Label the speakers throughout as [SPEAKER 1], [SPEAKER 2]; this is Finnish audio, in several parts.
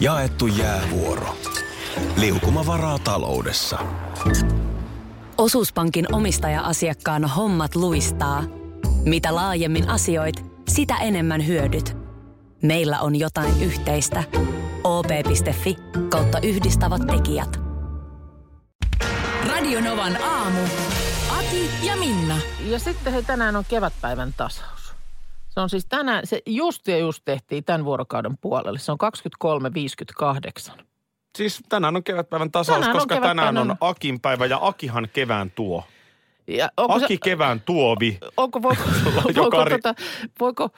[SPEAKER 1] Jaettu jäävuoro. Liukuma varaa taloudessa.
[SPEAKER 2] Osuuspankin omistaja-asiakkaan hommat luistaa. Mitä laajemmin asioit, sitä enemmän hyödyt. Meillä on jotain yhteistä. op.fi kautta yhdistävät tekijät.
[SPEAKER 3] Radionovan aamu. Ati ja Minna.
[SPEAKER 4] Ja sitten hei, tänään on kevätpäivän tasaus. Se on siis tänään, se just ja just tehtiin tämän vuorokauden puolelle. Se on 23.58.
[SPEAKER 5] Siis tänään on kevätpäivän tasaus,
[SPEAKER 4] Tänään on
[SPEAKER 5] koska
[SPEAKER 4] kevätpäivän-
[SPEAKER 5] tänään on Akin päivä ja Akihan kevään tuo.
[SPEAKER 4] Ja
[SPEAKER 5] Onko
[SPEAKER 4] onko,
[SPEAKER 5] Aki
[SPEAKER 4] se,
[SPEAKER 5] kevään tuovi. No
[SPEAKER 4] onko voiko, voiko,
[SPEAKER 5] jokari.
[SPEAKER 4] tota, voiko,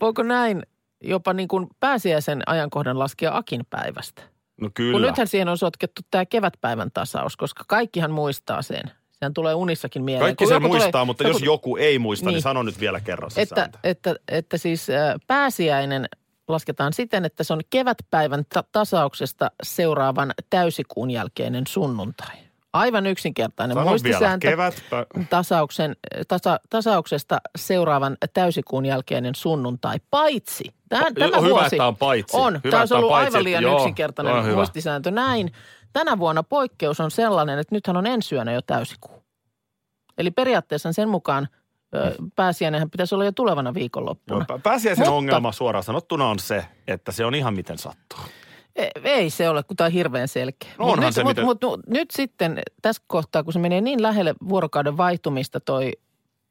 [SPEAKER 4] voiko näin jopa niin kuin pääsiäisen ajankohdan laskea Akin päivästä?
[SPEAKER 5] No
[SPEAKER 4] Kun
[SPEAKER 5] kyllä.
[SPEAKER 4] nythän siihen on sotkettu tämä kevätpäivän tasaus, koska kaikkihan muistaa sen. Sehän tulee unissakin mieleen.
[SPEAKER 5] Kaikki
[SPEAKER 4] Kun
[SPEAKER 5] sen
[SPEAKER 4] joku tulee-
[SPEAKER 5] muistaa, mutta jos
[SPEAKER 4] joku-
[SPEAKER 5] joku ei muista, niin,
[SPEAKER 4] Niin.
[SPEAKER 5] sano nyt vielä kerran se
[SPEAKER 4] että,
[SPEAKER 5] sääntö.
[SPEAKER 4] että, että siis äh, pääsiäinen lasketaan siten, että se on kevätpäivän ta- tasauksesta seuraavan täysikuun jälkeinen sunnuntai. Aivan yksinkertainen
[SPEAKER 5] Sano vielä
[SPEAKER 4] muistisääntö
[SPEAKER 5] kevätpä.
[SPEAKER 4] tasauksen, tasa, tasauksesta seuraavan täysikuun jälkeinen sunnuntai. Paitsi, tämä,
[SPEAKER 5] Joo,
[SPEAKER 4] tämä
[SPEAKER 5] hyvä,
[SPEAKER 4] vuosi
[SPEAKER 5] että on paitsi.
[SPEAKER 4] on.
[SPEAKER 5] Siis Hyvä,
[SPEAKER 4] tämä
[SPEAKER 5] että
[SPEAKER 4] olisi
[SPEAKER 5] on
[SPEAKER 4] ollut
[SPEAKER 5] paitsi,
[SPEAKER 4] aivan
[SPEAKER 5] että
[SPEAKER 4] liian
[SPEAKER 5] joo,
[SPEAKER 4] yksinkertainen
[SPEAKER 5] on hyvä.
[SPEAKER 4] muistisääntö näin. Tänä vuonna poikkeus on sellainen, että nythän on ensi yönä jo täysikuu. Eli periaatteessa sen mukaan ö, pääsiäinenhän pitäisi olla jo tulevana viikonloppuna.
[SPEAKER 5] Pä- Pääsiäisen
[SPEAKER 4] Mutta-
[SPEAKER 5] ongelma suoraan sanottuna on se, että se on ihan miten sattuu.
[SPEAKER 4] E- Ei se ole, kun tämä on hirveän selkeä.
[SPEAKER 5] No
[SPEAKER 4] Mut
[SPEAKER 5] onhan
[SPEAKER 4] nyt,
[SPEAKER 5] se,
[SPEAKER 4] mut,
[SPEAKER 5] miten-
[SPEAKER 4] mut, mut, nyt sitten tässä kohtaa, kun se menee niin lähelle vuorokauden vaihtumista toi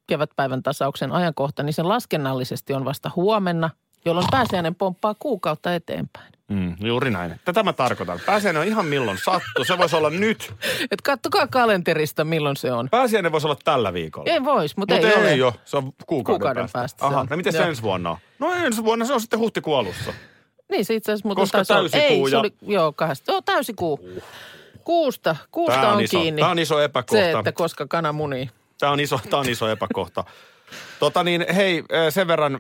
[SPEAKER 4] kevätpäivän tasauksen ajankohta, niin se laskennallisesti on vasta huomenna, jolloin pääsiäinen pomppaa kuukautta eteenpäin.
[SPEAKER 5] Mm, juuri näin. Tätä mä tarkoitan. Pääsiäinen on ihan milloin sattuu. Se voisi olla nyt.
[SPEAKER 4] Et kattokaa kalenterista, milloin se on.
[SPEAKER 5] Pääsiäinen voisi olla tällä viikolla.
[SPEAKER 4] Ei vois, mutta
[SPEAKER 5] Mut
[SPEAKER 4] ei, ole.
[SPEAKER 5] ei ole. Se on kuukauden,
[SPEAKER 4] Kuukauden päästä se
[SPEAKER 5] Aha,
[SPEAKER 4] on.
[SPEAKER 5] no miten se
[SPEAKER 4] Joo.
[SPEAKER 5] ensi vuonna on? No ensi vuonna se on sitten huhtikuun alussa.
[SPEAKER 4] Niin se itse asiassa muuten
[SPEAKER 5] Koska
[SPEAKER 4] taisi olla-
[SPEAKER 5] täysikuu
[SPEAKER 4] Ei, se
[SPEAKER 5] ja-
[SPEAKER 4] oli, joo, kahdesta. Joo, täysikuu. Kuusta, kuusta
[SPEAKER 5] Tää
[SPEAKER 4] on,
[SPEAKER 5] on iso-
[SPEAKER 4] kiinni.
[SPEAKER 5] tää on iso epäkohta.
[SPEAKER 4] Se, että koska kana munii.
[SPEAKER 5] Tämä on iso, tää on iso epäkohta. Tota niin, hei, ö, sen verran,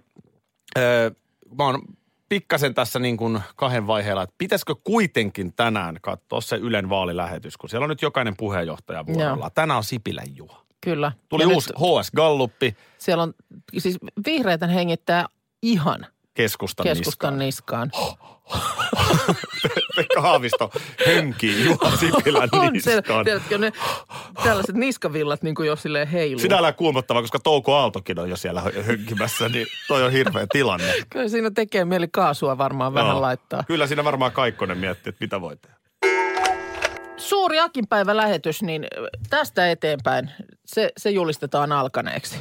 [SPEAKER 5] ö, mä oon pikkasen tässä niin kuin kahden vaiheella, että pitäisikö kuitenkin tänään katsoa se Ylen vaalilähetys, kun siellä on nyt jokainen puheenjohtaja vuorolla. Tänään on Sipilän Juha.
[SPEAKER 4] Kyllä.
[SPEAKER 5] Tuli
[SPEAKER 4] Ja nyt
[SPEAKER 5] uusi HS Galluppi
[SPEAKER 4] Siellä on, siis vihreitä hengittää ihan
[SPEAKER 5] keskustan,
[SPEAKER 4] keskustan
[SPEAKER 5] niskaan.
[SPEAKER 4] niskaan.
[SPEAKER 5] Pekka Haavisto henkii Juha Sipilän
[SPEAKER 4] On se,
[SPEAKER 5] niskaan.
[SPEAKER 4] tiedätkö, ne tällaiset niskavillat niin kuin jo silleen heiluu.
[SPEAKER 5] Sinällään kuumottava, koska Touko Aaltokin on jo siellä hö- hönkimässä, niin toi on hirveä tilanne.
[SPEAKER 4] Kyllä siinä tekee mieli kaasua varmaan vähän
[SPEAKER 5] Joo.
[SPEAKER 4] laittaa.
[SPEAKER 5] Kyllä siinä varmaan Kaikkonen miettii, että mitä voi tehdä.
[SPEAKER 4] Suuri Akinpäivä lähetys, niin tästä eteenpäin se, se julistetaan alkaneeksi.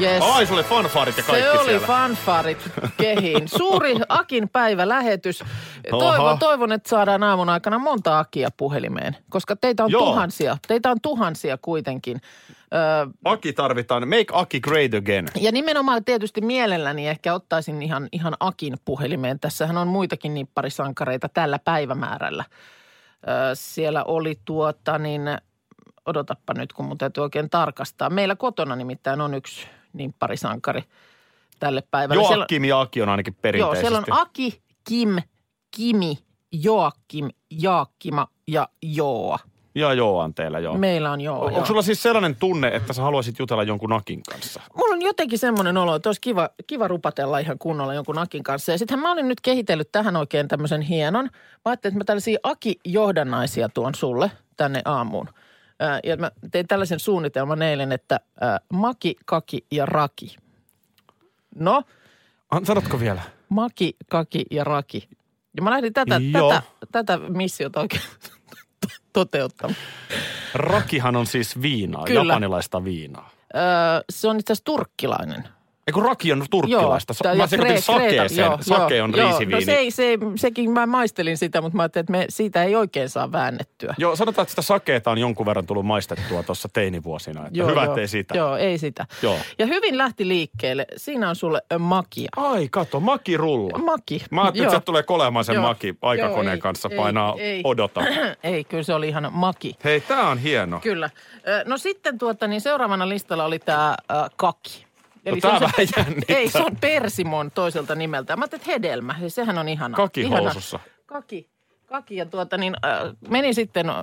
[SPEAKER 4] Yes.
[SPEAKER 5] Ai, sulle fanfaarit ja kaikki
[SPEAKER 4] se oli
[SPEAKER 5] siellä.
[SPEAKER 4] fanfarit kehiin. Suuri Akin päivä lähetys. Toivon,
[SPEAKER 5] Oho.
[SPEAKER 4] toivon, että saadaan aamun aikana monta Akia puhelimeen, koska teitä on
[SPEAKER 5] Joo.
[SPEAKER 4] tuhansia. Teitä on tuhansia kuitenkin. Öö,
[SPEAKER 5] Aki tarvitaan. Make Aki great again.
[SPEAKER 4] Ja nimenomaan tietysti mielelläni ehkä ottaisin ihan, ihan Akin puhelimeen. Tässähän on muitakin nipparisankareita tällä päivämäärällä. Ö, siellä oli tuota niin, odotappa nyt kun mun täytyy oikein tarkastaa. Meillä kotona nimittäin on yksi nipparisankari tälle päivälle. Siellä-
[SPEAKER 5] Joakim ja Aki on ainakin
[SPEAKER 4] Joo,
[SPEAKER 5] perinteisesti.
[SPEAKER 4] siellä on Aki, Kim, Kimi, Joakim, Jaakkima ja Joa.
[SPEAKER 5] Ja Joan teillä, joo. Me...
[SPEAKER 4] Meillä on Joa. joo.
[SPEAKER 5] Onko sulla siis sellainen tunne, että sä haluaisit jutella jonkun Akin kanssa?
[SPEAKER 4] Mulla on jotenkin semmoinen olo, että olisi kiva, kiva rupatella ihan kunnolla jonkun Akin kanssa. Ja sittenhän mä olin nyt kehitellyt tähän oikein tämmöisen hienon. Mä ajattelin, että mä tällaisia Aki-johdannaisia tuon sulle tänne aamuun. Ää, Ja mä tein tällaisen suunnitelman eilen, että ää, maki, kaki ja raki. No,
[SPEAKER 5] An, sanotko vielä?
[SPEAKER 4] maki, kaki ja raki. Ja mä lähdin tätä,
[SPEAKER 5] Joo.
[SPEAKER 4] tätä, tätä missiota oikein toteuttamaan.
[SPEAKER 5] Rakihan on siis viinaa,
[SPEAKER 4] Kyllä.
[SPEAKER 5] japanilaista viinaa.
[SPEAKER 4] Öö, se on itse asiassa turkkilainen.
[SPEAKER 5] Eikö raki on turkkilaista? Joo, mä sekoitin sakeeseen. Sake on
[SPEAKER 4] No
[SPEAKER 5] riisiviini.
[SPEAKER 4] se, ei- se, sekin mä maistelin sitä, mutta mä ajattelin, että me siitä ei oikein saa väännettyä.
[SPEAKER 5] Joo, sanotaan, että sitä sakeeta on jonkun verran tullut maistettua tuossa teinivuosina. Että hyvä, ettei sitä.
[SPEAKER 4] Joo, ei sitä.
[SPEAKER 5] Joo.
[SPEAKER 4] Ja hyvin lähti liikkeelle. Siinä on sulle ö, makia.
[SPEAKER 5] Ai, kato, maki rulla.
[SPEAKER 4] Maki.
[SPEAKER 5] Mä ajattelin,
[SPEAKER 4] Joo.
[SPEAKER 5] että se tulee kolemaan sen
[SPEAKER 4] Joo.
[SPEAKER 5] maki aikakoneen
[SPEAKER 4] Joo, ei,
[SPEAKER 5] kanssa
[SPEAKER 4] ei,
[SPEAKER 5] painaa
[SPEAKER 4] ei.
[SPEAKER 5] odota.
[SPEAKER 4] ei, kyllä se oli ihan maki.
[SPEAKER 5] Hei, tää on hieno.
[SPEAKER 4] Kyllä. Ö, No sitten tuota, niin seuraavana listalla oli tämä kaki.
[SPEAKER 5] No
[SPEAKER 4] se on
[SPEAKER 5] tää
[SPEAKER 4] se-
[SPEAKER 5] vähän jännittää.
[SPEAKER 4] Ei, se on persimon toiselta nimeltä. Mä ajattelin, että hedelmä. Ja Sehän on ihana.
[SPEAKER 5] Kaki
[SPEAKER 4] ihana.
[SPEAKER 5] housussa.
[SPEAKER 4] Kaki. Kaki ja tuota niin, äh, menin sitten äh,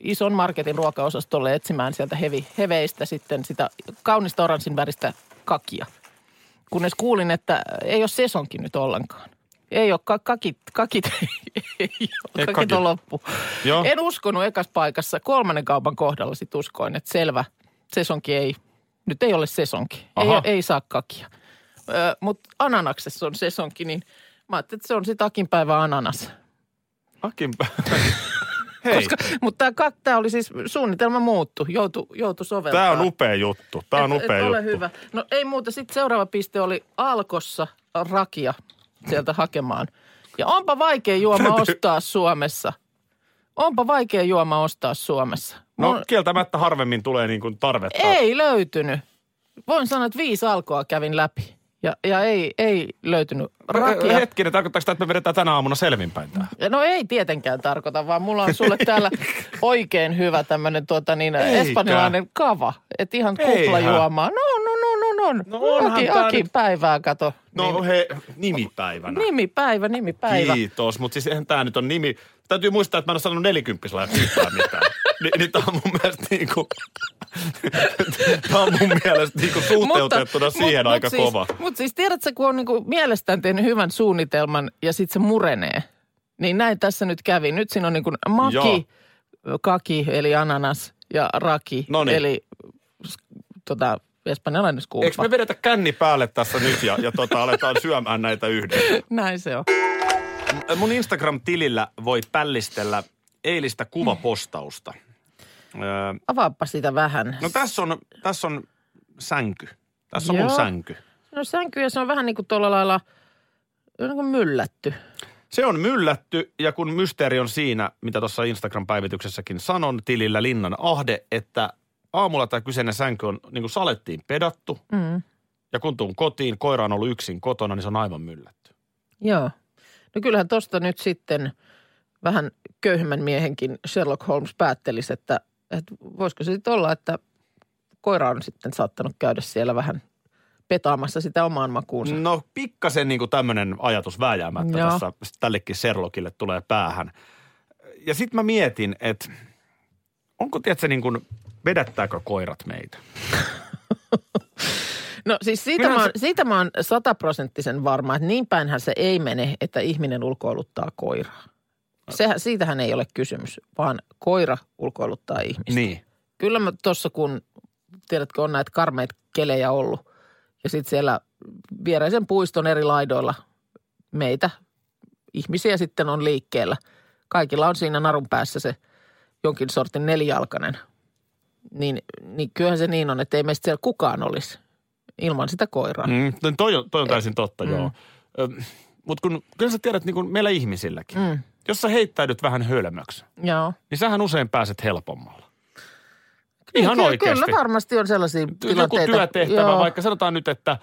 [SPEAKER 4] ison marketin ruokaosastolle etsimään sieltä hevi, heveistä sitten sitä kaunista oranssin väristä kakia. Kunnes kuulin, että ei ole sesonkin nyt ollenkaan. Ei ole, ka- kakit, kakit, ei oo,
[SPEAKER 5] Ei
[SPEAKER 4] kakit,
[SPEAKER 5] kakit.
[SPEAKER 4] on loppu.
[SPEAKER 5] Joo.
[SPEAKER 4] En uskonut ekas paikassa, kolmannen kaupan kohdalla sit uskoin, että selvä, sesonki ei, nyt ei ole sesonki, ei,
[SPEAKER 5] Aha.
[SPEAKER 4] ei saa kakia. Ö, Mutta ananaksessa on sesonki, niin mä ajattelin, että se on sit akin päivä ananas.
[SPEAKER 5] Akinpä. Hei, Koska
[SPEAKER 4] Mutta tämä tää oli siis, suunnitelma muuttu, joutu, joutu soveltaa.
[SPEAKER 5] tämä on upea juttu. Tämä on
[SPEAKER 4] Et- et
[SPEAKER 5] upea juttu.
[SPEAKER 4] Ole hyvä. No ei muuta. Sitten seuraava piste oli Alkossa rakia sieltä hakemaan. Ja onpa vaikea juoma ostaa Suomessa. Onpa vaikea juoma ostaa Suomessa.
[SPEAKER 5] No
[SPEAKER 4] Mun-
[SPEAKER 5] kieltämättä harvemmin tulee niin kuin tarvetta.
[SPEAKER 4] ei löytynyt. Voin sanoa, että viisi alkoa kävin läpi. Ja, ja ei, ei löytynyt
[SPEAKER 5] Rakia.
[SPEAKER 4] rakia.
[SPEAKER 5] Hetkinen, tarkoittaako sitä, että me vedetään tänä aamuna selvinpäin tämä?
[SPEAKER 4] No ei tietenkään tarkoita, vaan mulla on sulle täällä oikein hyvä tämmöinen tuota niin,
[SPEAKER 5] Eikä.
[SPEAKER 4] espanjalainen kava. Että ihan
[SPEAKER 5] Eihän.
[SPEAKER 4] kuplajuomaa. No, no, no, no, no.
[SPEAKER 5] No onhan
[SPEAKER 4] Aki,
[SPEAKER 5] tää
[SPEAKER 4] Aki
[SPEAKER 5] nyt-
[SPEAKER 4] päivää, kato. Niin.
[SPEAKER 5] No he, nimipäivänä.
[SPEAKER 4] Nimipäivä, nimipäivä.
[SPEAKER 5] Kiitos, mutta siis eihän tämä nyt on nimi. Täytyy muistaa, että mä en ole sanonut nelikymppisellä yhtään mitään. Ni, niin tämä on mun mielestä niin kuin, tämä on mun mielestä niin kuin suhteutettuna siihen
[SPEAKER 4] mut
[SPEAKER 5] aika
[SPEAKER 4] siis,
[SPEAKER 5] kova.
[SPEAKER 4] Mutta siis tiedätkö, kun on niinku mielestään tehnyt hyvän suunnitelman ja sitten se murenee. Niin näin tässä nyt kävi. Nyt siinä on niinku maki, kaki eli ananas ja raki
[SPEAKER 5] Noniin.
[SPEAKER 4] eli s- tota, espanjalainen skumppa.
[SPEAKER 5] Eikö me vedetä känni päälle tässä nyt ja, ja tota, aletaan syömään näitä yhdessä?
[SPEAKER 4] Näin se on.
[SPEAKER 5] Mun Instagram-tilillä voi pällistellä eilistä kuvapostausta. Öö,
[SPEAKER 4] Avaappa sitä vähän.
[SPEAKER 5] No tässä on, tässä on sänky. Tässä on
[SPEAKER 4] Joo.
[SPEAKER 5] mun sänky.
[SPEAKER 4] No sänky ja se on vähän niin kuin tuolla lailla niin kuin myllätty.
[SPEAKER 5] Se on myllätty ja kun mysteeri on siinä, mitä tuossa Instagram-päivityksessäkin sanon tilillä Linnan Ahde, että aamulla tämä kyseinen sänky on niin kuin salettiin pedattu
[SPEAKER 4] Mm.
[SPEAKER 5] ja kun tuun kotiin, koira on ollut yksin kotona, niin se on aivan myllätty.
[SPEAKER 4] Joo. No kyllähän tosta nyt sitten vähän köyhemmän miehenkin Sherlock Holmes päättelisi, että, että voisiko se sitten olla, että koira on sitten saattanut käydä siellä vähän petaamassa sitä omaan makuunsa.
[SPEAKER 5] No pikkasen niin kuin tämmöinen ajatus vääjäämättä
[SPEAKER 4] Joo.
[SPEAKER 5] tässä tällekin Sherlockille tulee päähän. Ja sitten mä mietin, että onko, tiedätkö, niin kuin, vedättääkö koirat meitä?
[SPEAKER 4] No siis siitä
[SPEAKER 5] Kyllähän
[SPEAKER 4] mä, oon,
[SPEAKER 5] se-
[SPEAKER 4] siitä mä oon sataprosenttisen varma, että niin päinhän se ei mene, että ihminen ulkoiluttaa koiraa. Sehän, siitähän ei ole kysymys, vaan koira ulkoiluttaa ihmistä.
[SPEAKER 5] Niin.
[SPEAKER 4] Kyllä mä tuossa kun, tiedätkö, on näitä karmeita kelejä ollut. Ja sitten siellä viereisen puiston eri laidoilla meitä ihmisiä sitten on liikkeellä. Kaikilla on siinä narun päässä se jonkin sortin nelijalkainen. Niin, niin kyllähän se niin on, että ei meistä siellä kukaan olisi ilman sitä koiraa. Mm.
[SPEAKER 5] Mm, no toi, on, toi on täysin totta, mm. joo. Mutta kun kyllä sä tiedät, niin kuin meillä ihmisilläkin, mm. jos sä heittäydyt vähän hölmöksi,
[SPEAKER 4] Joo.
[SPEAKER 5] niin sähän usein pääset helpommalla.
[SPEAKER 4] Niin,
[SPEAKER 5] Ihan
[SPEAKER 4] kyllä,
[SPEAKER 5] oikeasti.
[SPEAKER 4] Kyllä varmasti on sellaisia
[SPEAKER 5] Joku
[SPEAKER 4] tilanteita.
[SPEAKER 5] työtehtävä,
[SPEAKER 4] Joo.
[SPEAKER 5] vaikka sanotaan nyt, että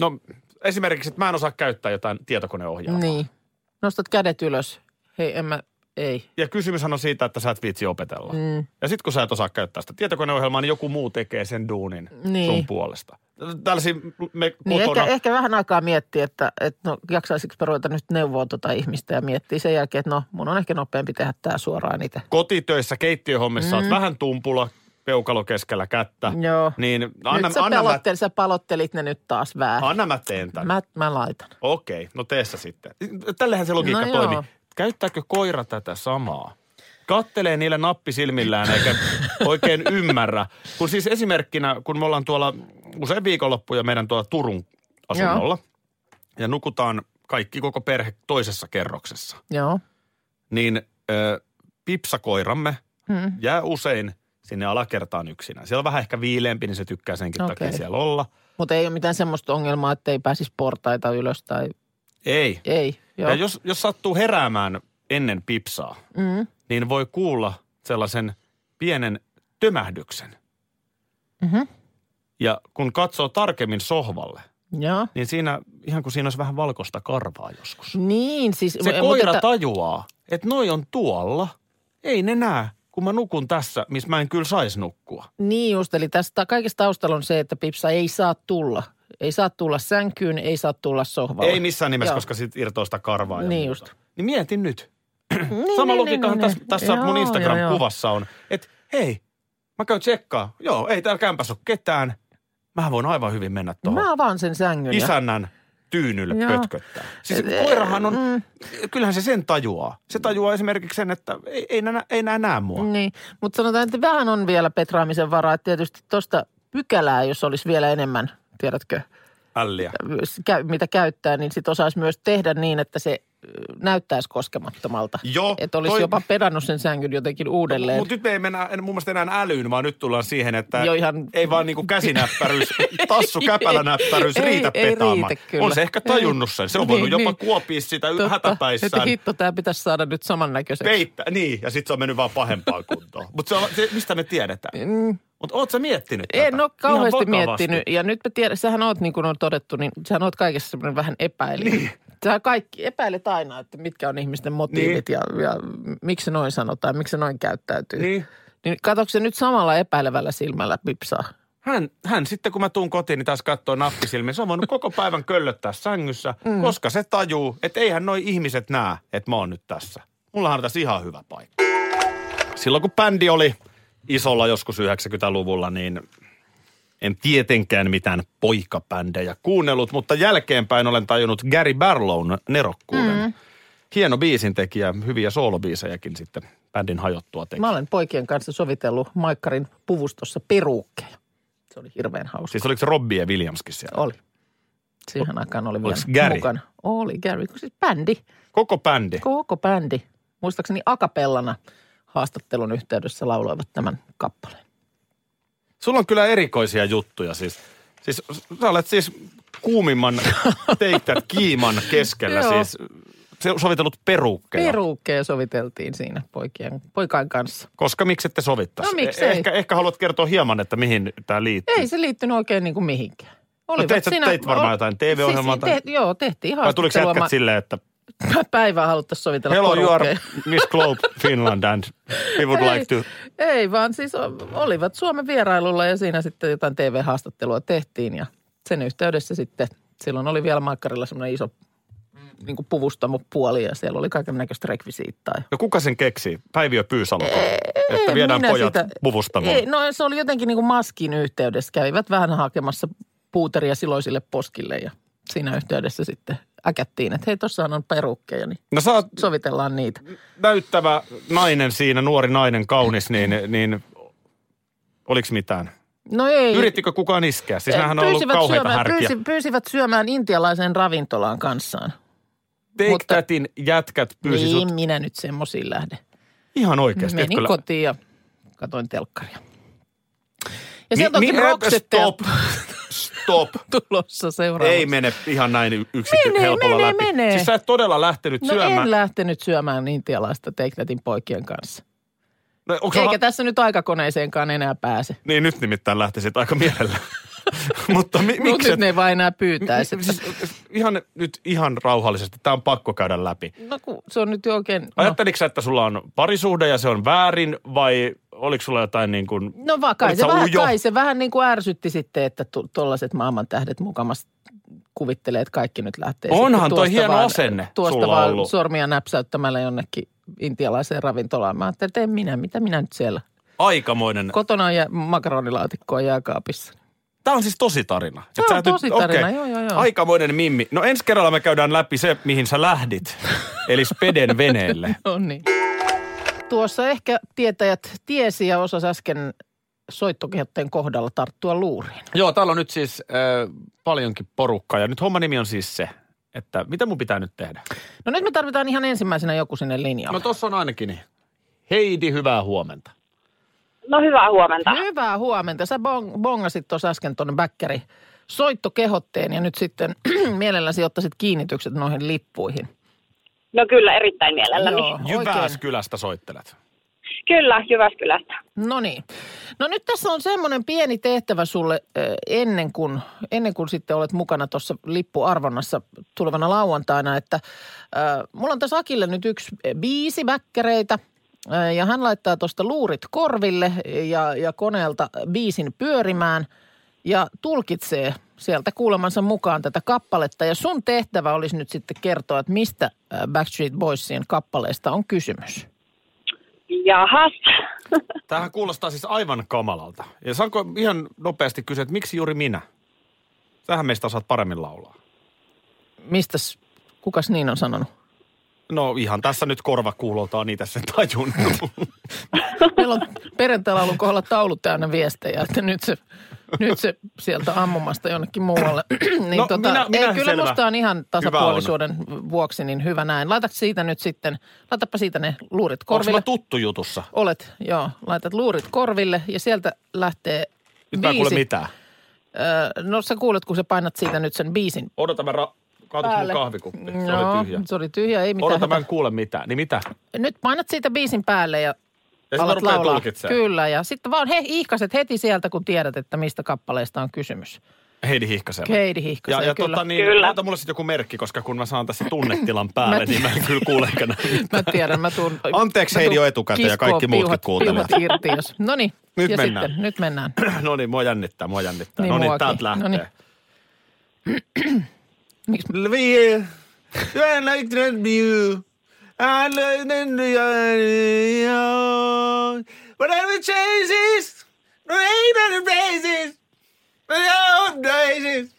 [SPEAKER 5] no esimerkiksi, että mä en osaa käyttää jotain tietokoneohjelmaa.
[SPEAKER 4] Niin. Nostat kädet ylös. Hei, en mä, ei.
[SPEAKER 5] Ja kysymyshän on siitä, että sä et viitsi opetella.
[SPEAKER 4] Mm.
[SPEAKER 5] Ja sitten kun sä et osaa käyttää sitä tietokoneohjelmaa, niin joku muu tekee sen duunin
[SPEAKER 4] Niin.
[SPEAKER 5] sun puolesta. Tällaisia me
[SPEAKER 4] Niin
[SPEAKER 5] kotona...
[SPEAKER 4] ehkä, ehkä vähän aikaa miettiä, että, että no, jaksaisinko mä ruveta nyt neuvoa tota ihmistä ja miettiä sen jälkeen, että no mun on ehkä nopeampi tehdä tämä suoraan itse.
[SPEAKER 5] kotitöissä, keittiöhommissa mm. oot vähän tumpula, peukalo keskellä kättä.
[SPEAKER 4] Joo.
[SPEAKER 5] Niin
[SPEAKER 4] Anna,
[SPEAKER 5] anna,
[SPEAKER 4] nyt sä,
[SPEAKER 5] anna, mä,
[SPEAKER 4] pelottel, sä palottelit ne nyt taas väärin.
[SPEAKER 5] anna mä teen tämän. Mä...
[SPEAKER 4] Mä, mä laitan.
[SPEAKER 5] Okei, no tee sä sitten. Tällähän se logiikka
[SPEAKER 4] No
[SPEAKER 5] no
[SPEAKER 4] joo.
[SPEAKER 5] toimii. Käyttääkö koira tätä samaa? Kattelee niillä nappisilmillään eikä oikein ymmärrä. Kun siis esimerkkinä, kun me ollaan tuolla usein viikonloppuja meidän tuolla Turun asunnolla ja nukutaan kaikki koko perhe toisessa kerroksessa.
[SPEAKER 4] Joo.
[SPEAKER 5] niin ö, pipsakoiramme
[SPEAKER 4] Mm.
[SPEAKER 5] jää usein sinne alakertaan yksinään. Siellä on vähän ehkä viileämpi, niin se tykkää senkin okay. takia
[SPEAKER 4] Okei.
[SPEAKER 5] siellä olla.
[SPEAKER 4] Mutta ei ole mitään semmoista ongelmaa, että ei pääsisi portaita ylös tai
[SPEAKER 5] Ei.
[SPEAKER 4] ei. Joo.
[SPEAKER 5] Ja jos, jos sattuu heräämään ennen pipsaa,
[SPEAKER 4] Mm.
[SPEAKER 5] niin voi kuulla sellaisen pienen tömähdyksen.
[SPEAKER 4] Mhm.
[SPEAKER 5] Ja kun katsoo tarkemmin sohvalle,
[SPEAKER 4] Joo.
[SPEAKER 5] niin siinä, ihan kuin siinä olisi vähän valkoista karvaa joskus.
[SPEAKER 4] Niin siis.
[SPEAKER 5] Se
[SPEAKER 4] mu-
[SPEAKER 5] koira
[SPEAKER 4] mutta-
[SPEAKER 5] tajuaa, että noi on tuolla. Ei ne näe, kun mä nukun tässä, missä mä en kyllä saisi nukkua.
[SPEAKER 4] Niin just, eli tästä kaikesta taustalla on se, että pipsa ei saa tulla. Ei saa tulla sänkyyn, ei saa tulla sohvalle.
[SPEAKER 5] Ei missään nimessä,
[SPEAKER 4] Joo.
[SPEAKER 5] Joo. koska sit irtoaa sitä karvaa ja
[SPEAKER 4] Niin
[SPEAKER 5] muuta.
[SPEAKER 4] just.
[SPEAKER 5] Niin mietin nyt.
[SPEAKER 4] niin,
[SPEAKER 5] Sama
[SPEAKER 4] niin,
[SPEAKER 5] logiikkahan
[SPEAKER 4] niin,
[SPEAKER 5] tässä,
[SPEAKER 4] niin.
[SPEAKER 5] tässä
[SPEAKER 4] Joo,
[SPEAKER 5] mun
[SPEAKER 4] joo, joo.
[SPEAKER 5] Instagram-kuvassa on, että hei, mä käyn tsekkaa. Joo, ei täällä kämpässä ole ketään. Mä voin aivan hyvin mennä tuohon
[SPEAKER 4] Mä avaan sen sängyn ja
[SPEAKER 5] isännän tyynylle
[SPEAKER 4] Joo. mm.
[SPEAKER 5] pötköttää. Siis koirahan on, kyllähän se sen tajuaa. Se tajuaa esimerkiksi sen, että ei, ei, nä, ei nää näe mua.
[SPEAKER 4] Niin, mutta sanotaan, että vähän on vielä petraamisen varaa. Että Tietysti tuosta pykälää, jos olisi vielä enemmän, tiedätkö,
[SPEAKER 5] Älliä.
[SPEAKER 4] s- käy- mitä käyttää, niin sitten osaisi myös tehdä niin, että se ö, näyttäisi koskemattomalta.
[SPEAKER 5] Joo,
[SPEAKER 4] Että olisi
[SPEAKER 5] toi-
[SPEAKER 4] jopa pedannut sen sängyn jotenkin uudelleen.
[SPEAKER 5] Mutta nyt me ei mennä en, mun mielestä enää älyyn, vaan nyt tullaan siihen, että
[SPEAKER 4] Joo, ihan-
[SPEAKER 5] ei vaan niinku käsinäppärys, tassu käpälänäppärys
[SPEAKER 4] Ei-
[SPEAKER 5] riitä
[SPEAKER 4] ei riitä
[SPEAKER 5] petaamaan.
[SPEAKER 4] kyllä.
[SPEAKER 5] On se ehkä tajunnut sen. Se on voinut
[SPEAKER 4] Niin,
[SPEAKER 5] jopa
[SPEAKER 4] niin.
[SPEAKER 5] kuopia sitä
[SPEAKER 4] Totta, Että
[SPEAKER 5] hätäpäissään.
[SPEAKER 4] hitto, tämä pitäisi saada nyt samannäköiseksi.
[SPEAKER 5] Peittää, niin, ja sitten se on mennyt vaan pahempaan kuntoon. Mutta se on, se, mistä me tiedetään?
[SPEAKER 4] Mm.
[SPEAKER 5] Mutta oot sä miettinyt tätä?
[SPEAKER 4] En ole kauheasti
[SPEAKER 5] Ihan vakavasti.
[SPEAKER 4] miettinyt. Ja nyt mä tiedän, sähän oot, niin kuin on todettu, niin sähän oot kaikessa semmoinen vähän epäilijä. Niin. Sä kaikki epäilet aina, että mitkä on ihmisten motiivit ja, ja miksi se noin sanotaan, miksi se noin käyttäytyy.
[SPEAKER 5] Niin.
[SPEAKER 4] Niin katsoiko se nyt samalla epäilevällä silmällä pipsaa?
[SPEAKER 5] Hän, hän sitten, kun mä tuun kotiin, niin taas katsoo nappisilmiä. Se on voinut koko päivän köllöttää sängyssä, mm. koska se tajuu, että eihän noi ihmiset näe, että mä oon nyt tässä. Mullahan on tässä ihan hyvä paikka. Silloin kun bändi oli isolla joskus 90-luvulla, niin en tietenkään mitään poikabändejä kuunnellut, mutta jälkeenpäin olen tajunnut Gary Barlown nerokkuuden. Mm. Hieno biisintekijä, hyviä soolobiisejäkin sitten bändin hajottua teki.
[SPEAKER 4] Mä olen poikien kanssa sovitellut Maikkarin puvustossa peruukkeja. Se oli hirveän hauska.
[SPEAKER 5] Siis oliko se Robbie Williamskin siellä?
[SPEAKER 4] Oli. Siihen aikaan oli vielä
[SPEAKER 5] Oliks Gary?
[SPEAKER 4] mukana. Oli Gary, kun siis bändi.
[SPEAKER 5] Koko bändi.
[SPEAKER 4] Koko bändi. Muistaakseni akapellana haastattelun yhteydessä lauloivat tämän kappaleen.
[SPEAKER 5] Sulla on kyllä erikoisia juttuja siis. Siis sä olet siis kuumimman Take That kiiman keskellä
[SPEAKER 4] Joo.
[SPEAKER 5] siis se sovitellut perukkeja.
[SPEAKER 4] Peruukkeja soviteltiin siinä poikien, poikaan kanssa.
[SPEAKER 5] Koska miksi ette sovittaisi?
[SPEAKER 4] No, miksei.
[SPEAKER 5] Ehkä, ehkä haluat kertoa hieman, että mihin tämä liittyy.
[SPEAKER 4] Ei se liittynyt oikein niin kuin mihinkään.
[SPEAKER 5] No teit sä- teit varmaan
[SPEAKER 4] ol-
[SPEAKER 5] jotain TV-ohjelmaa
[SPEAKER 4] Siis,
[SPEAKER 5] tai-
[SPEAKER 4] te, joo, tehtiin
[SPEAKER 5] Vai tuliko se
[SPEAKER 4] haastattelua.
[SPEAKER 5] jätkät silleen, että
[SPEAKER 4] Mä päivää haluttaisiin sovitella
[SPEAKER 5] Hello, you are
[SPEAKER 4] porukkeja.
[SPEAKER 5] Miss Globe Finland and we would
[SPEAKER 4] ei,
[SPEAKER 5] like to...
[SPEAKER 4] Ei, vaan siis o- olivat Suomen vierailulla ja siinä sitten jotain TV-haastattelua tehtiin ja sen yhteydessä sitten, silloin oli vielä Maikkarilla semmoinen iso niin kuin puvustamopuoli ja siellä oli kaiken näköistä rekvisiittaa. ja-
[SPEAKER 5] No kuka sen keksi? Päiviö Pyysalo, että
[SPEAKER 4] En
[SPEAKER 5] viedään
[SPEAKER 4] minä
[SPEAKER 5] pojat
[SPEAKER 4] sitä-
[SPEAKER 5] puvustamoon.
[SPEAKER 4] Ei, no se oli jotenkin niin kuin maskin yhteydessä. Kävivät vähän hakemassa puuteria siloisille poskille ja siinä yhteydessä sitten äkättiin, että hei, tossahan on perukkeja, niin
[SPEAKER 5] No sä oot
[SPEAKER 4] sovitellaan niitä.
[SPEAKER 5] näyttävä nainen siinä, nuori nainen, kaunis, niin, niin oliks mitään?
[SPEAKER 4] No ei.
[SPEAKER 5] Yrittikö kukaan iskeä? Siis nämähän on ollut kauheita
[SPEAKER 4] Eh, syömään,
[SPEAKER 5] härkiä.
[SPEAKER 4] pyysi, pyysivät syömään intialaiseen ravintolaan kanssaan.
[SPEAKER 5] Take
[SPEAKER 4] mutta-
[SPEAKER 5] Thatin jätkät pyysi
[SPEAKER 4] niin,
[SPEAKER 5] sut
[SPEAKER 4] minä nyt semmoisiin lähde.
[SPEAKER 5] ihan oikeasti.
[SPEAKER 4] Menin
[SPEAKER 5] Kyllä.
[SPEAKER 4] kotiin ja katsoin telkkaria. Ja sieltä onkin rokset
[SPEAKER 5] Stop, stop.
[SPEAKER 4] tulossa seuraavaksi.
[SPEAKER 5] Ei mene ihan näin y- yksi
[SPEAKER 4] Menee,
[SPEAKER 5] helpolla
[SPEAKER 4] menee,
[SPEAKER 5] läpi.
[SPEAKER 4] menee.
[SPEAKER 5] Siis sä et todella lähtenyt
[SPEAKER 4] No
[SPEAKER 5] syömään.
[SPEAKER 4] en lähtenyt syömään intialaista Teknetin poikien kanssa.
[SPEAKER 5] No, onks
[SPEAKER 4] Eikä
[SPEAKER 5] sulla-
[SPEAKER 4] tässä nyt aikakoneeseenkaan enää pääse.
[SPEAKER 5] Niin nyt nimittäin lähtisit aika mielellä. Mutta mi-
[SPEAKER 4] Mut
[SPEAKER 5] miksi
[SPEAKER 4] nyt
[SPEAKER 5] et...
[SPEAKER 4] ne ei vaan enää pyytäisi.
[SPEAKER 5] mi- siis, ihan, nyt ihan rauhallisesti. Tämä on pakko käydä läpi.
[SPEAKER 4] No kun se on nyt jo oikein... No,
[SPEAKER 5] Ajatteliko sä, että sulla on parisuhde ja se on väärin vai oliko sulla jotain niin kuin...
[SPEAKER 4] no vaan kai
[SPEAKER 5] Olit
[SPEAKER 4] se,
[SPEAKER 5] sä
[SPEAKER 4] vähän,
[SPEAKER 5] ujo?
[SPEAKER 4] kai se vähän niin kuin ärsytti sitten, että tuollaiset maailman tähdet mukamas kuvittelee, että kaikki nyt lähtee.
[SPEAKER 5] Onhan
[SPEAKER 4] sitten
[SPEAKER 5] toi
[SPEAKER 4] tuosta
[SPEAKER 5] hieno
[SPEAKER 4] vaan-
[SPEAKER 5] asenne
[SPEAKER 4] Tuosta
[SPEAKER 5] sulla
[SPEAKER 4] vaan
[SPEAKER 5] ollut.
[SPEAKER 4] sormia näpsäyttämällä jonnekin intialaiseen ravintolaan. Mä ajattelin, että en minä, mitä minä nyt siellä.
[SPEAKER 5] Aikamoinen.
[SPEAKER 4] Kotona on jä, makaronilaatikkoa jääkaapissa.
[SPEAKER 5] Tämä on siis tosi tarina.
[SPEAKER 4] Tää
[SPEAKER 5] Et sä
[SPEAKER 4] on
[SPEAKER 5] et nyt-
[SPEAKER 4] tosi tarina,
[SPEAKER 5] okei.
[SPEAKER 4] joo, joo, joo.
[SPEAKER 5] Aikamoinen mimmi. No ensi kerralla me käydään läpi se, mihin sä lähdit. Eli speden veneelle.
[SPEAKER 4] No niin. Tuossa ehkä tietäjät tiesi ja osas äsken soittokehotteen kohdalla tarttua luuriin.
[SPEAKER 5] joo, täällä on nyt siis äh, paljonkin porukkaa. Ja nyt homman nimi on siis se, että mitä mun pitää nyt tehdä.
[SPEAKER 4] No nyt me tarvitaan ihan ensimmäisenä joku sinne linjalle.
[SPEAKER 5] No tossa on ainakin Heidi, hyvää huomenta.
[SPEAKER 6] No hyvää huomenta.
[SPEAKER 4] Hyvää huomenta. Sä bong- bongasit tuossa äsken tuonne bäkkäri soittokehotteen ja nyt sitten mielelläsi ottaisit kiinnitykset noihin lippuihin.
[SPEAKER 6] No kyllä, erittäin
[SPEAKER 5] niin,
[SPEAKER 6] mielelläni.
[SPEAKER 4] Joo, oikein.
[SPEAKER 5] Jyväskylästä soittelet.
[SPEAKER 6] Kyllä, Jyväskylästä.
[SPEAKER 4] No niin. No nyt tässä on semmoinen pieni tehtävä sulle ö, ennen kuin, ennen kuin sitten olet mukana tuossa lippuarvonnassa tulevana lauantaina, että ö, mulla on tässä Akille nyt yksi ö, biisi väkkäreitä ö, ja hän laittaa tuosta luurit korville ja, ja koneelta biisin pyörimään ja tulkitsee sieltä kuulemansa mukaan tätä kappaletta. Ja sun tehtävä olisi nyt sitten kertoa, että mistä ö, Backstreet Boysien kappaleesta on kysymys.
[SPEAKER 6] Jahas.
[SPEAKER 5] Tämähän kuulostaa siis aivan kamalalta. Ja saanko ihan nopeasti kysyä, että miksi juuri minä? Sähän meistä osaat paremmin laulaa.
[SPEAKER 4] mistäs, kukas niin on sanonut?
[SPEAKER 5] No ihan tässä nyt korvakuuloltaan niin niitä sen tajunnut.
[SPEAKER 4] Meillä on perjantaina ollut kohdalla taulu täynnä viestejä, että nyt se, nyt se sieltä ammumasta jonnekin muualle. niin
[SPEAKER 5] No, minä- minä
[SPEAKER 4] ei, kyllä
[SPEAKER 5] selvä.
[SPEAKER 4] musta on ihan tasapuolisuuden on. vuoksi niin hyvä näin. Laita siitä nyt sitten, laitapa siitä ne luurit
[SPEAKER 5] Onko mä
[SPEAKER 4] korville.
[SPEAKER 5] tuttu jutussa?
[SPEAKER 4] Olet, joo. Laitat luurit korville ja sieltä lähtee
[SPEAKER 5] Nyt mä en kuule
[SPEAKER 4] biisi.
[SPEAKER 5] mitään.
[SPEAKER 4] Öö, no sä kuulet, kun sä painat siitä nyt sen biisin
[SPEAKER 5] Odota mä ra- kaatat mun
[SPEAKER 4] päälle.
[SPEAKER 5] kahvikuppi. Se
[SPEAKER 4] Joo,
[SPEAKER 5] oli tyhjä.
[SPEAKER 4] Se oli tyhjä, ei mitään.
[SPEAKER 5] Odota mä
[SPEAKER 4] hätää.
[SPEAKER 5] en kuule mitään. Niin mitä?
[SPEAKER 4] Nyt painat siitä biisin päälle ja
[SPEAKER 5] Ja sitten
[SPEAKER 4] alat
[SPEAKER 5] rupeaa
[SPEAKER 4] laulaa.
[SPEAKER 5] tulkitsemaan.
[SPEAKER 4] Kyllä, ja sitten vaan he ihkaset heti sieltä, kun tiedät, että mistä kappaleesta on kysymys.
[SPEAKER 5] Heidi Hihkasella.
[SPEAKER 4] Heidi Hihkasella,
[SPEAKER 5] ja, ja
[SPEAKER 4] kyllä.
[SPEAKER 5] Tota, niin,
[SPEAKER 6] Kyllä.
[SPEAKER 5] Laita mulle sitten joku merkki, koska kun mä saan tässä tunnetilan päälle,
[SPEAKER 4] Mä-
[SPEAKER 5] niin mä en kyllä kuule enkä näe.
[SPEAKER 4] Mä tiedän, mä tuun...
[SPEAKER 5] Anteeksi,
[SPEAKER 4] mä tuun
[SPEAKER 5] Heidi, jo etukäteen ja
[SPEAKER 4] kiskoa
[SPEAKER 5] kaikki muutkin
[SPEAKER 4] piuhat-
[SPEAKER 5] kuuntelevat.
[SPEAKER 4] piuhat irti, jos... No niin,
[SPEAKER 5] Nyt
[SPEAKER 4] ja
[SPEAKER 5] mennään.
[SPEAKER 4] sitten, nyt mennään.
[SPEAKER 5] no niin, mua jännittää, mua jännittää.
[SPEAKER 4] Niin
[SPEAKER 5] no niin,
[SPEAKER 4] muakin.
[SPEAKER 5] täältä lähtee.
[SPEAKER 4] No niin. Miks-
[SPEAKER 5] Lvi- I like to love you. I like to love you. Whatever chases, rain and raises, and all daisies,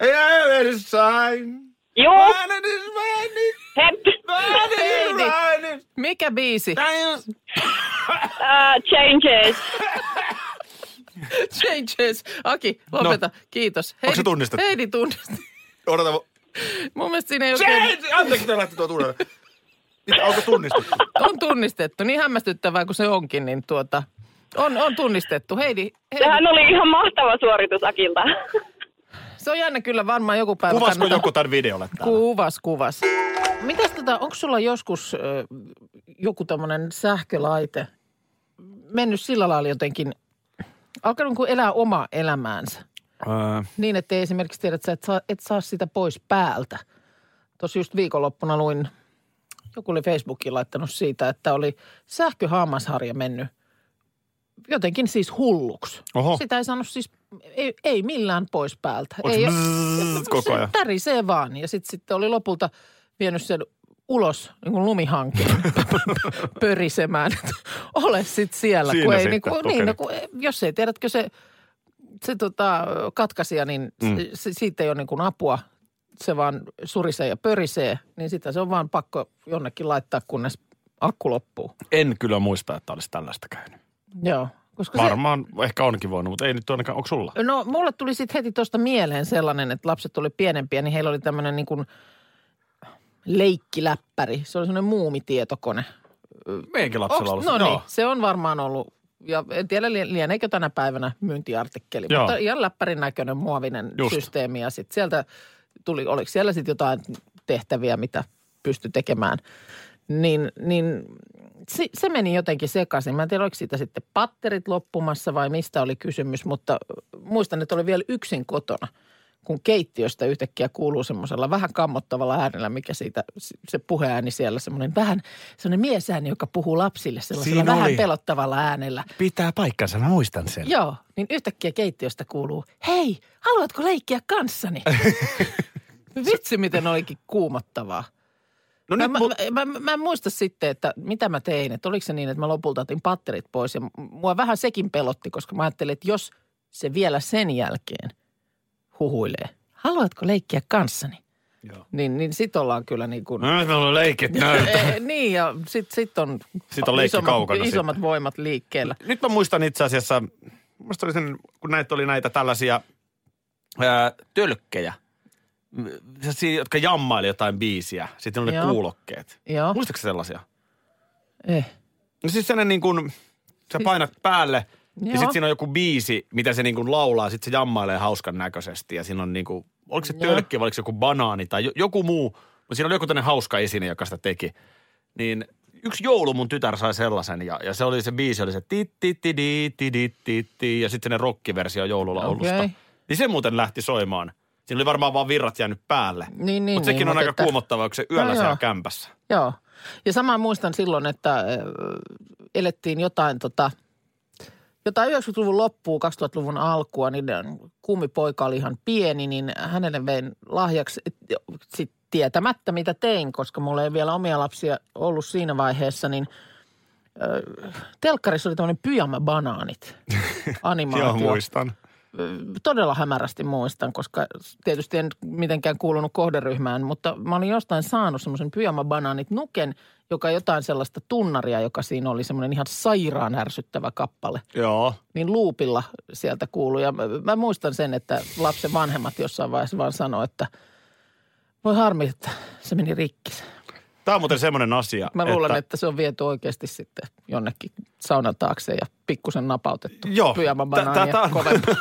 [SPEAKER 5] and all the sign.
[SPEAKER 6] Juu,
[SPEAKER 5] One of these mornings,
[SPEAKER 6] hep.
[SPEAKER 5] one of these
[SPEAKER 4] Heidi.
[SPEAKER 5] mornings,
[SPEAKER 4] Mikä biisi?
[SPEAKER 5] times
[SPEAKER 6] Uh, changes.
[SPEAKER 4] Changes. Aki, lopeta. No. Kiitos. Heidi,
[SPEAKER 5] se tunnistettu?
[SPEAKER 4] Heidi tunnisti.
[SPEAKER 5] Odota,
[SPEAKER 4] Mun mielestä siinä ei oikein...
[SPEAKER 5] Change! Anteeksi, tää lähti tuo tunne. Mitä, onko tunnistettu?
[SPEAKER 4] On tunnistettu. Niin hämmästyttävää kuin se onkin, niin tuota... On, on tunnistettu. Heidi, Heidi,
[SPEAKER 6] Sehän oli ihan mahtava suoritus Akilta.
[SPEAKER 4] se on jännä kyllä varmaan joku päivä.
[SPEAKER 5] Kuvasko
[SPEAKER 4] kannattaa-
[SPEAKER 5] joku tämän videolle täällä?
[SPEAKER 4] Kuvas, kuvas. Mitäs tota, onko sulla joskus ö, joku tämmöinen sähkölaite mennyt sillä lailla jotenkin, alkanut kuin elää omaa elämäänsä?
[SPEAKER 5] Öö,
[SPEAKER 4] Niin, että ei esimerkiksi tiedä, että sä et saa, et saa sitä pois päältä. Tuossa just viikonloppuna luin, joku oli Facebookiin laittanut siitä, että oli sähköhammasharja mennyt jotenkin siis hulluksi.
[SPEAKER 5] Oho.
[SPEAKER 4] Sitä ei saanut siis, ei, ei millään pois päältä.
[SPEAKER 5] Onks
[SPEAKER 4] ei,
[SPEAKER 5] bzzzt koko ajan?
[SPEAKER 4] Se tärisee vaan ja sitten sit oli lopulta vienyt sen ulos niin kuin lumihankkeen pörisemään. että Ole sitten siellä,
[SPEAKER 5] Siinä
[SPEAKER 4] kun ei,
[SPEAKER 5] sitten,
[SPEAKER 4] niin kuin, niin,
[SPEAKER 5] tukeni.
[SPEAKER 4] no, kun, ei- jos ei tiedätkö se se tota, katkaisija, niin mm. se, siitä ei ole niin kuin apua. Se vaan surisee ja pörisee, niin sitä se on vaan pakko jonnekin laittaa, kunnes akku loppuu.
[SPEAKER 5] en kyllä muista, että olisi tällaista käynyt.
[SPEAKER 4] Joo. Koska
[SPEAKER 5] Varmaan, ehkä onkin voinut, mutta ei nyt ainakaan. Onko sulla?
[SPEAKER 4] Se, no mulle tuli sitten heti tuosta mieleen sellainen, että lapset oli pienempiä, niin heillä oli tämmöinen niin kuin leikkiläppäri. Se oli semmoinen muumitietokone.
[SPEAKER 5] Meidänkin lapsella
[SPEAKER 4] Onks-
[SPEAKER 5] ollut.
[SPEAKER 4] No
[SPEAKER 5] Joo.
[SPEAKER 4] niin, se on varmaan ollut. Ja en tiedä, li- lieneekö tänä päivänä myyntiartikkeli,
[SPEAKER 5] Joo.
[SPEAKER 4] Joo. mutta ihan läppärin näköinen muovinen
[SPEAKER 5] Just.
[SPEAKER 4] Just. systeemi. Ja sitten sieltä tuli, oliko siellä sitten jotain tehtäviä, mitä pysty tekemään. Niin, niin se, se meni jotenkin sekaisin. Mä en tiedä, oliko siitä sitten patterit loppumassa vai mistä oli kysymys, mutta muistan, että oli vielä yksin kotona kun keittiöstä yhtäkkiä kuuluu semmoisella vähän kammottavalla äänellä, mikä siitä, se puheääni siellä, semmoinen vähän, semmoinen miesääni, joka puhuu lapsille sellaisella
[SPEAKER 5] Siinä
[SPEAKER 4] vähän
[SPEAKER 5] oli.
[SPEAKER 4] pelottavalla äänellä.
[SPEAKER 5] Pitää paikkansa, mä muistan sen.
[SPEAKER 4] Joo, niin yhtäkkiä keittiöstä kuuluu, hei, haluatko leikkiä kanssani? Vitsi, miten olikin kuumottavaa.
[SPEAKER 5] No
[SPEAKER 4] Mä,
[SPEAKER 5] nyt
[SPEAKER 4] mä,
[SPEAKER 5] mu-
[SPEAKER 4] mä, mä, mä en muista sitten, että mitä mä tein. Että oliko se niin, että mä lopulta otin patterit pois. Ja m- mua vähän sekin pelotti, koska mä ajattelin, että jos se vielä sen jälkeen huhuilee, haluatko leikkiä kanssani?
[SPEAKER 5] Joo.
[SPEAKER 4] Niin, niin sit ollaan kyllä niin kuin...
[SPEAKER 5] Nyt meillä on leikit näytä.
[SPEAKER 4] Eh, niin ja sit, sit on,
[SPEAKER 5] Sit on leikki
[SPEAKER 4] isommat,
[SPEAKER 5] kaukana
[SPEAKER 4] isommat voimat liikkeellä.
[SPEAKER 5] Nyt mä muistan itse asiassa, musta oli sen, kun näitä oli näitä tällaisia ää, tölkkejä, M- sellaisia, jotka jammaili jotain biisiä. Sitten oli ne
[SPEAKER 4] Joo.
[SPEAKER 5] kuulokkeet.
[SPEAKER 4] Joo.
[SPEAKER 5] Muistatko sä sellaisia?
[SPEAKER 4] Eh.
[SPEAKER 5] No siis sellainen niin kuin, sä painat päälle ja
[SPEAKER 4] Siis- Joo.
[SPEAKER 5] sitten siinä on joku biisi, mitä se niin kuin laulaa. Sitten se jammailee hauskan näköisesti ja siinä on niin kuin, oliko se
[SPEAKER 4] Joo.
[SPEAKER 5] tölkki vai oliko se joku banaani tai jo- joku muu. Mutta siinä oli joku tämmöinen hauska esine, joka sitä teki. Niin yksi joulu mun tytär sai sellaisen ja, ja se oli se biisi, oli se ti ti ti di ti di ti ti ja sitten se rokkiversio joululaulusta.
[SPEAKER 4] Okei.
[SPEAKER 5] Niin se muuten lähti soimaan. Siinä oli varmaan vaan virrat jäänyt päälle.
[SPEAKER 4] Niin, niin,
[SPEAKER 5] Mutta sekin
[SPEAKER 4] niin,
[SPEAKER 5] on
[SPEAKER 4] mut
[SPEAKER 5] aika
[SPEAKER 4] että-
[SPEAKER 5] kuumottavaa, kun se yöllä
[SPEAKER 4] No
[SPEAKER 5] siellä
[SPEAKER 4] joo.
[SPEAKER 5] kämpässä.
[SPEAKER 4] Joo. Ja samaan muistan silloin, että äh, elettiin jotain tota, jotain 90-luvun loppua, 2000-luvun alkua, niin äh, kummi poika oli ihan pieni, niin hänelle vein lahjaksi et, jo, sit tietämättä mitä tein, koska mulla ei vielä omia lapsia ollut siinä vaiheessa, niin äh, telkkarissa oli tämmöinen pyjama banaanit animaatio. ö, todella hämärästi muistan, koska tietysti en mitenkään kuulunut kohderyhmään, mutta mä olin jostain saanut semmoisen pyjama-banaanit nuken, joka jotain sellaista tunnaria, joka siinä oli semmoinen ihan sairaan ärsyttävä kappale.
[SPEAKER 5] Joo.
[SPEAKER 4] Niin luupilla sieltä kuului ja mä, mä muistan sen, että lapsen vanhemmat jossain vaiheessa vaan sanoi, että voi harmi, että se meni rikki. se.
[SPEAKER 5] Tämä on muuten semmoinen asia,
[SPEAKER 4] Mä luulen, että, että se on viety oikeasti sitten jonnekin saunan taakse ja pikkusen napautettu
[SPEAKER 5] Joo.
[SPEAKER 4] pyjaman
[SPEAKER 5] Tä-
[SPEAKER 4] banaania
[SPEAKER 5] tää- tää on-
[SPEAKER 4] kovempaa.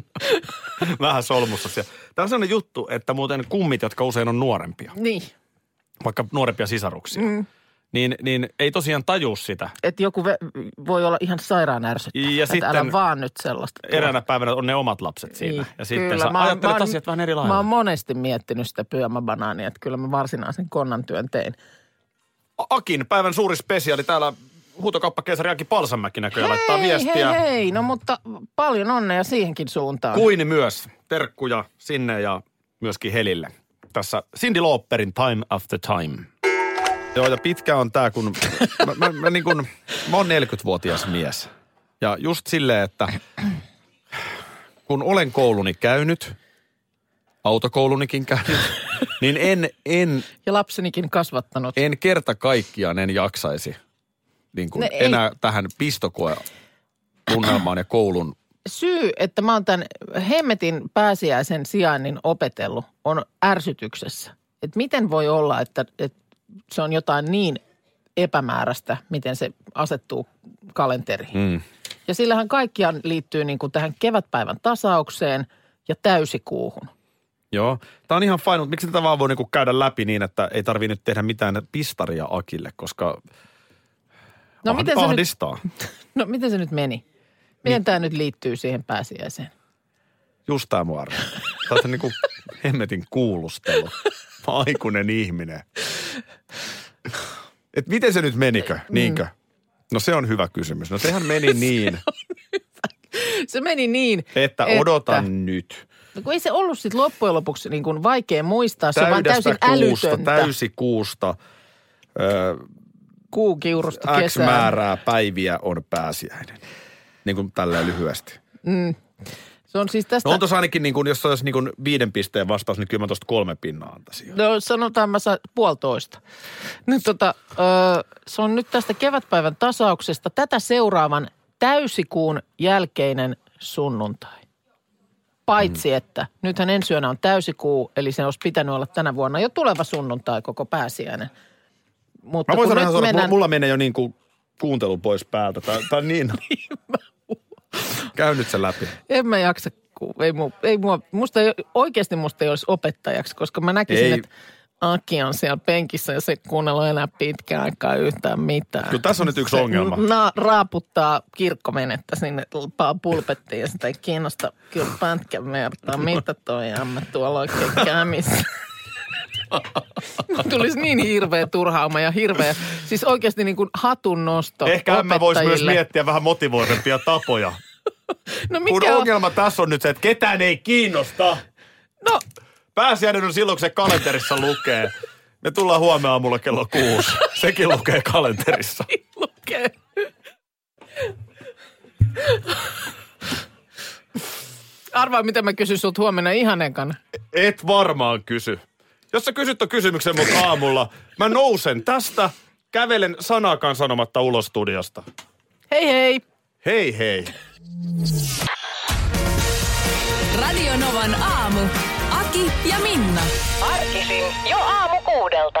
[SPEAKER 5] Vähän solmussa siellä. Tämä on sellainen juttu, että muuten kummit, jotka usein on nuorempia,
[SPEAKER 4] Niin,
[SPEAKER 5] vaikka nuorempia sisaruksia, mm. niin, niin ei tosiaan tajua sitä.
[SPEAKER 4] että joku ve- voi olla ihan sairaan ärsyttävä.
[SPEAKER 5] Ja
[SPEAKER 4] että älä
[SPEAKER 5] sitten
[SPEAKER 4] vaan nyt sellaista. tuo.
[SPEAKER 5] Eräänä päivänä on ne omat lapset siinä.
[SPEAKER 4] Niin,
[SPEAKER 5] Ja sitten
[SPEAKER 4] kyllä.
[SPEAKER 5] sä
[SPEAKER 4] Mä oon-
[SPEAKER 5] ajattelet
[SPEAKER 4] mä oon-
[SPEAKER 5] asiat vähän eri lailla.
[SPEAKER 4] Mä oon monesti miettinyt sitä pyjamabanaania, että kyllä mä varsinaisen konnan työn tein.
[SPEAKER 5] Akin päivän suuri spesiaali täällä huutokauppakesari Aki Palsamäki näköjään laittaa
[SPEAKER 4] hei,
[SPEAKER 5] viestiä.
[SPEAKER 4] hei, hei, no mutta paljon onnea siihenkin suuntaan.
[SPEAKER 5] Kuin myös. Terkkuja sinne ja myöskin Helille. Tässä Cindy Lauperin Time After Time. Joo, ja pitkä on tää, kun mä, mä, mä, niin kun, mä oon 40-vuotias mies. Ja just silleen, että kun olen kouluni käynyt, autokoulunikin käynyt, niin en, en,
[SPEAKER 4] Ja lapsenikin kasvattanut.
[SPEAKER 5] en kerta kaikkiaan en jaksaisi niin kun
[SPEAKER 4] No ei.
[SPEAKER 5] enää tähän pistokoe tunnelmaan ja koulun
[SPEAKER 4] syy, että mä oon tämän hemmetin pääsiäisen sijainnin opetellut, on ärsytyksessä. Että miten voi olla, että, että se on jotain niin epämääräistä, miten se asettuu kalenteriin.
[SPEAKER 5] Mm.
[SPEAKER 4] Ja sillähän kaikkiaan liittyy niin kuin tähän kevätpäivän tasaukseen ja täysikuuhun.
[SPEAKER 5] Joo. Tämä on ihan fine, mutta miksi tätä vaan voi niinku käydä läpi niin, että ei tarvitse nyt tehdä mitään pistaria Akille, koska
[SPEAKER 4] No,
[SPEAKER 5] ahd-
[SPEAKER 4] miten se nyt,
[SPEAKER 5] ahdistaa. Nyt...
[SPEAKER 4] no miten se nyt meni? Miten tämä nyt liittyy siihen pääsiäiseen?
[SPEAKER 5] Just tämä mua ärsyttää. Tämä on niinku hemmetin kuulustelu. Mä oon aikuinen ihminen. Et miten se nyt menikö?
[SPEAKER 4] Mm.
[SPEAKER 5] Niinkö? No se on hyvä kysymys. No sehän meni niin,
[SPEAKER 4] Se meni niin,
[SPEAKER 5] että odotan nyt.
[SPEAKER 4] No kun ei se ollut sitten loppujen lopuksi niin kuin vaikea muistaa, se on vaan
[SPEAKER 5] Täydestä
[SPEAKER 4] täysin
[SPEAKER 5] kuusta,
[SPEAKER 4] älytöntä.
[SPEAKER 5] täysi kuusta, öö,
[SPEAKER 4] kuukiurusta
[SPEAKER 5] X
[SPEAKER 4] kesään.
[SPEAKER 5] määrää päiviä on pääsiäinen. Niin kuin tällä lyhyesti.
[SPEAKER 4] Se on siis tästä...
[SPEAKER 5] No on tuossa ainakin, niin kuin, jos olisi niin kuin viiden pisteen vastaus, niin kyllä mä tuosta kolme pinnaa antaisin.
[SPEAKER 4] No sanotaan mä saan puolitoista. Nyt tota, ö, se on nyt tästä kevätpäivän tasauksesta tätä seuraavan täysikuun jälkeinen sunnuntai. Paitsi
[SPEAKER 5] Mm.
[SPEAKER 4] että nythän ensi yönä on täysikuu, eli se olisi pitänyt olla tänä vuonna jo tuleva sunnuntai koko pääsiäinen. Mutta
[SPEAKER 5] Mä voin
[SPEAKER 4] kun
[SPEAKER 5] sanoa
[SPEAKER 4] nyt
[SPEAKER 5] ihan suoraan, mennään...
[SPEAKER 4] mennään-
[SPEAKER 5] mulla menee jo niin kuin kuuntelu pois päältä. Tää, tää on niin... Käy nyt sen läpi.
[SPEAKER 4] En mä jaksa, ku- ei, mu, ei mua, musta ei, oikeasti musta ei olisi opettajaksi, koska mä näkisin,
[SPEAKER 5] Ei.
[SPEAKER 4] että Aki on siellä penkissä ja se ei kuunnellut enää pitkään aikaa yhtään mitään.
[SPEAKER 5] Kyllä tässä on nyt yksi ongelma.
[SPEAKER 4] Se na, raaputtaa kirkkomenettä sinne l- pulpettiin ja sitä ei kiinnosta kyllä pätkän vertaa. Mitä toi ämmä tuolla oikein kämissä? Mun tulisi niin hirveä turhauma ja hirveä, siis oikeasti niin kuin hatun nosto
[SPEAKER 5] Ehkä mä voisi myös
[SPEAKER 4] opettajille.
[SPEAKER 5] miettiä vähän motivoivempia tapoja.
[SPEAKER 4] No
[SPEAKER 5] Kun
[SPEAKER 4] mikä on?
[SPEAKER 5] ongelma tässä on nyt se, että ketään ei kiinnosta.
[SPEAKER 4] No,
[SPEAKER 5] Pääsiäinen on silloin, kun se kalenterissa lukee. Me tullaan huomenna aamulla kello kuusi. Sekin lukee kalenterissa.
[SPEAKER 4] lukee. Arvaa, mitä mä kysyn sut huomenna ihanekana.
[SPEAKER 5] Et varmaan kysy. Jos sä kysyt ton kysymyksen mun aamulla, mä nousen tästä, kävelen sanaakaan sanomatta ulos studiosta.
[SPEAKER 4] Hei hei!
[SPEAKER 5] Hei hei.
[SPEAKER 3] Radio Novan aamu. Aki ja Minna.
[SPEAKER 7] Arkisin jo aamu kuudelta.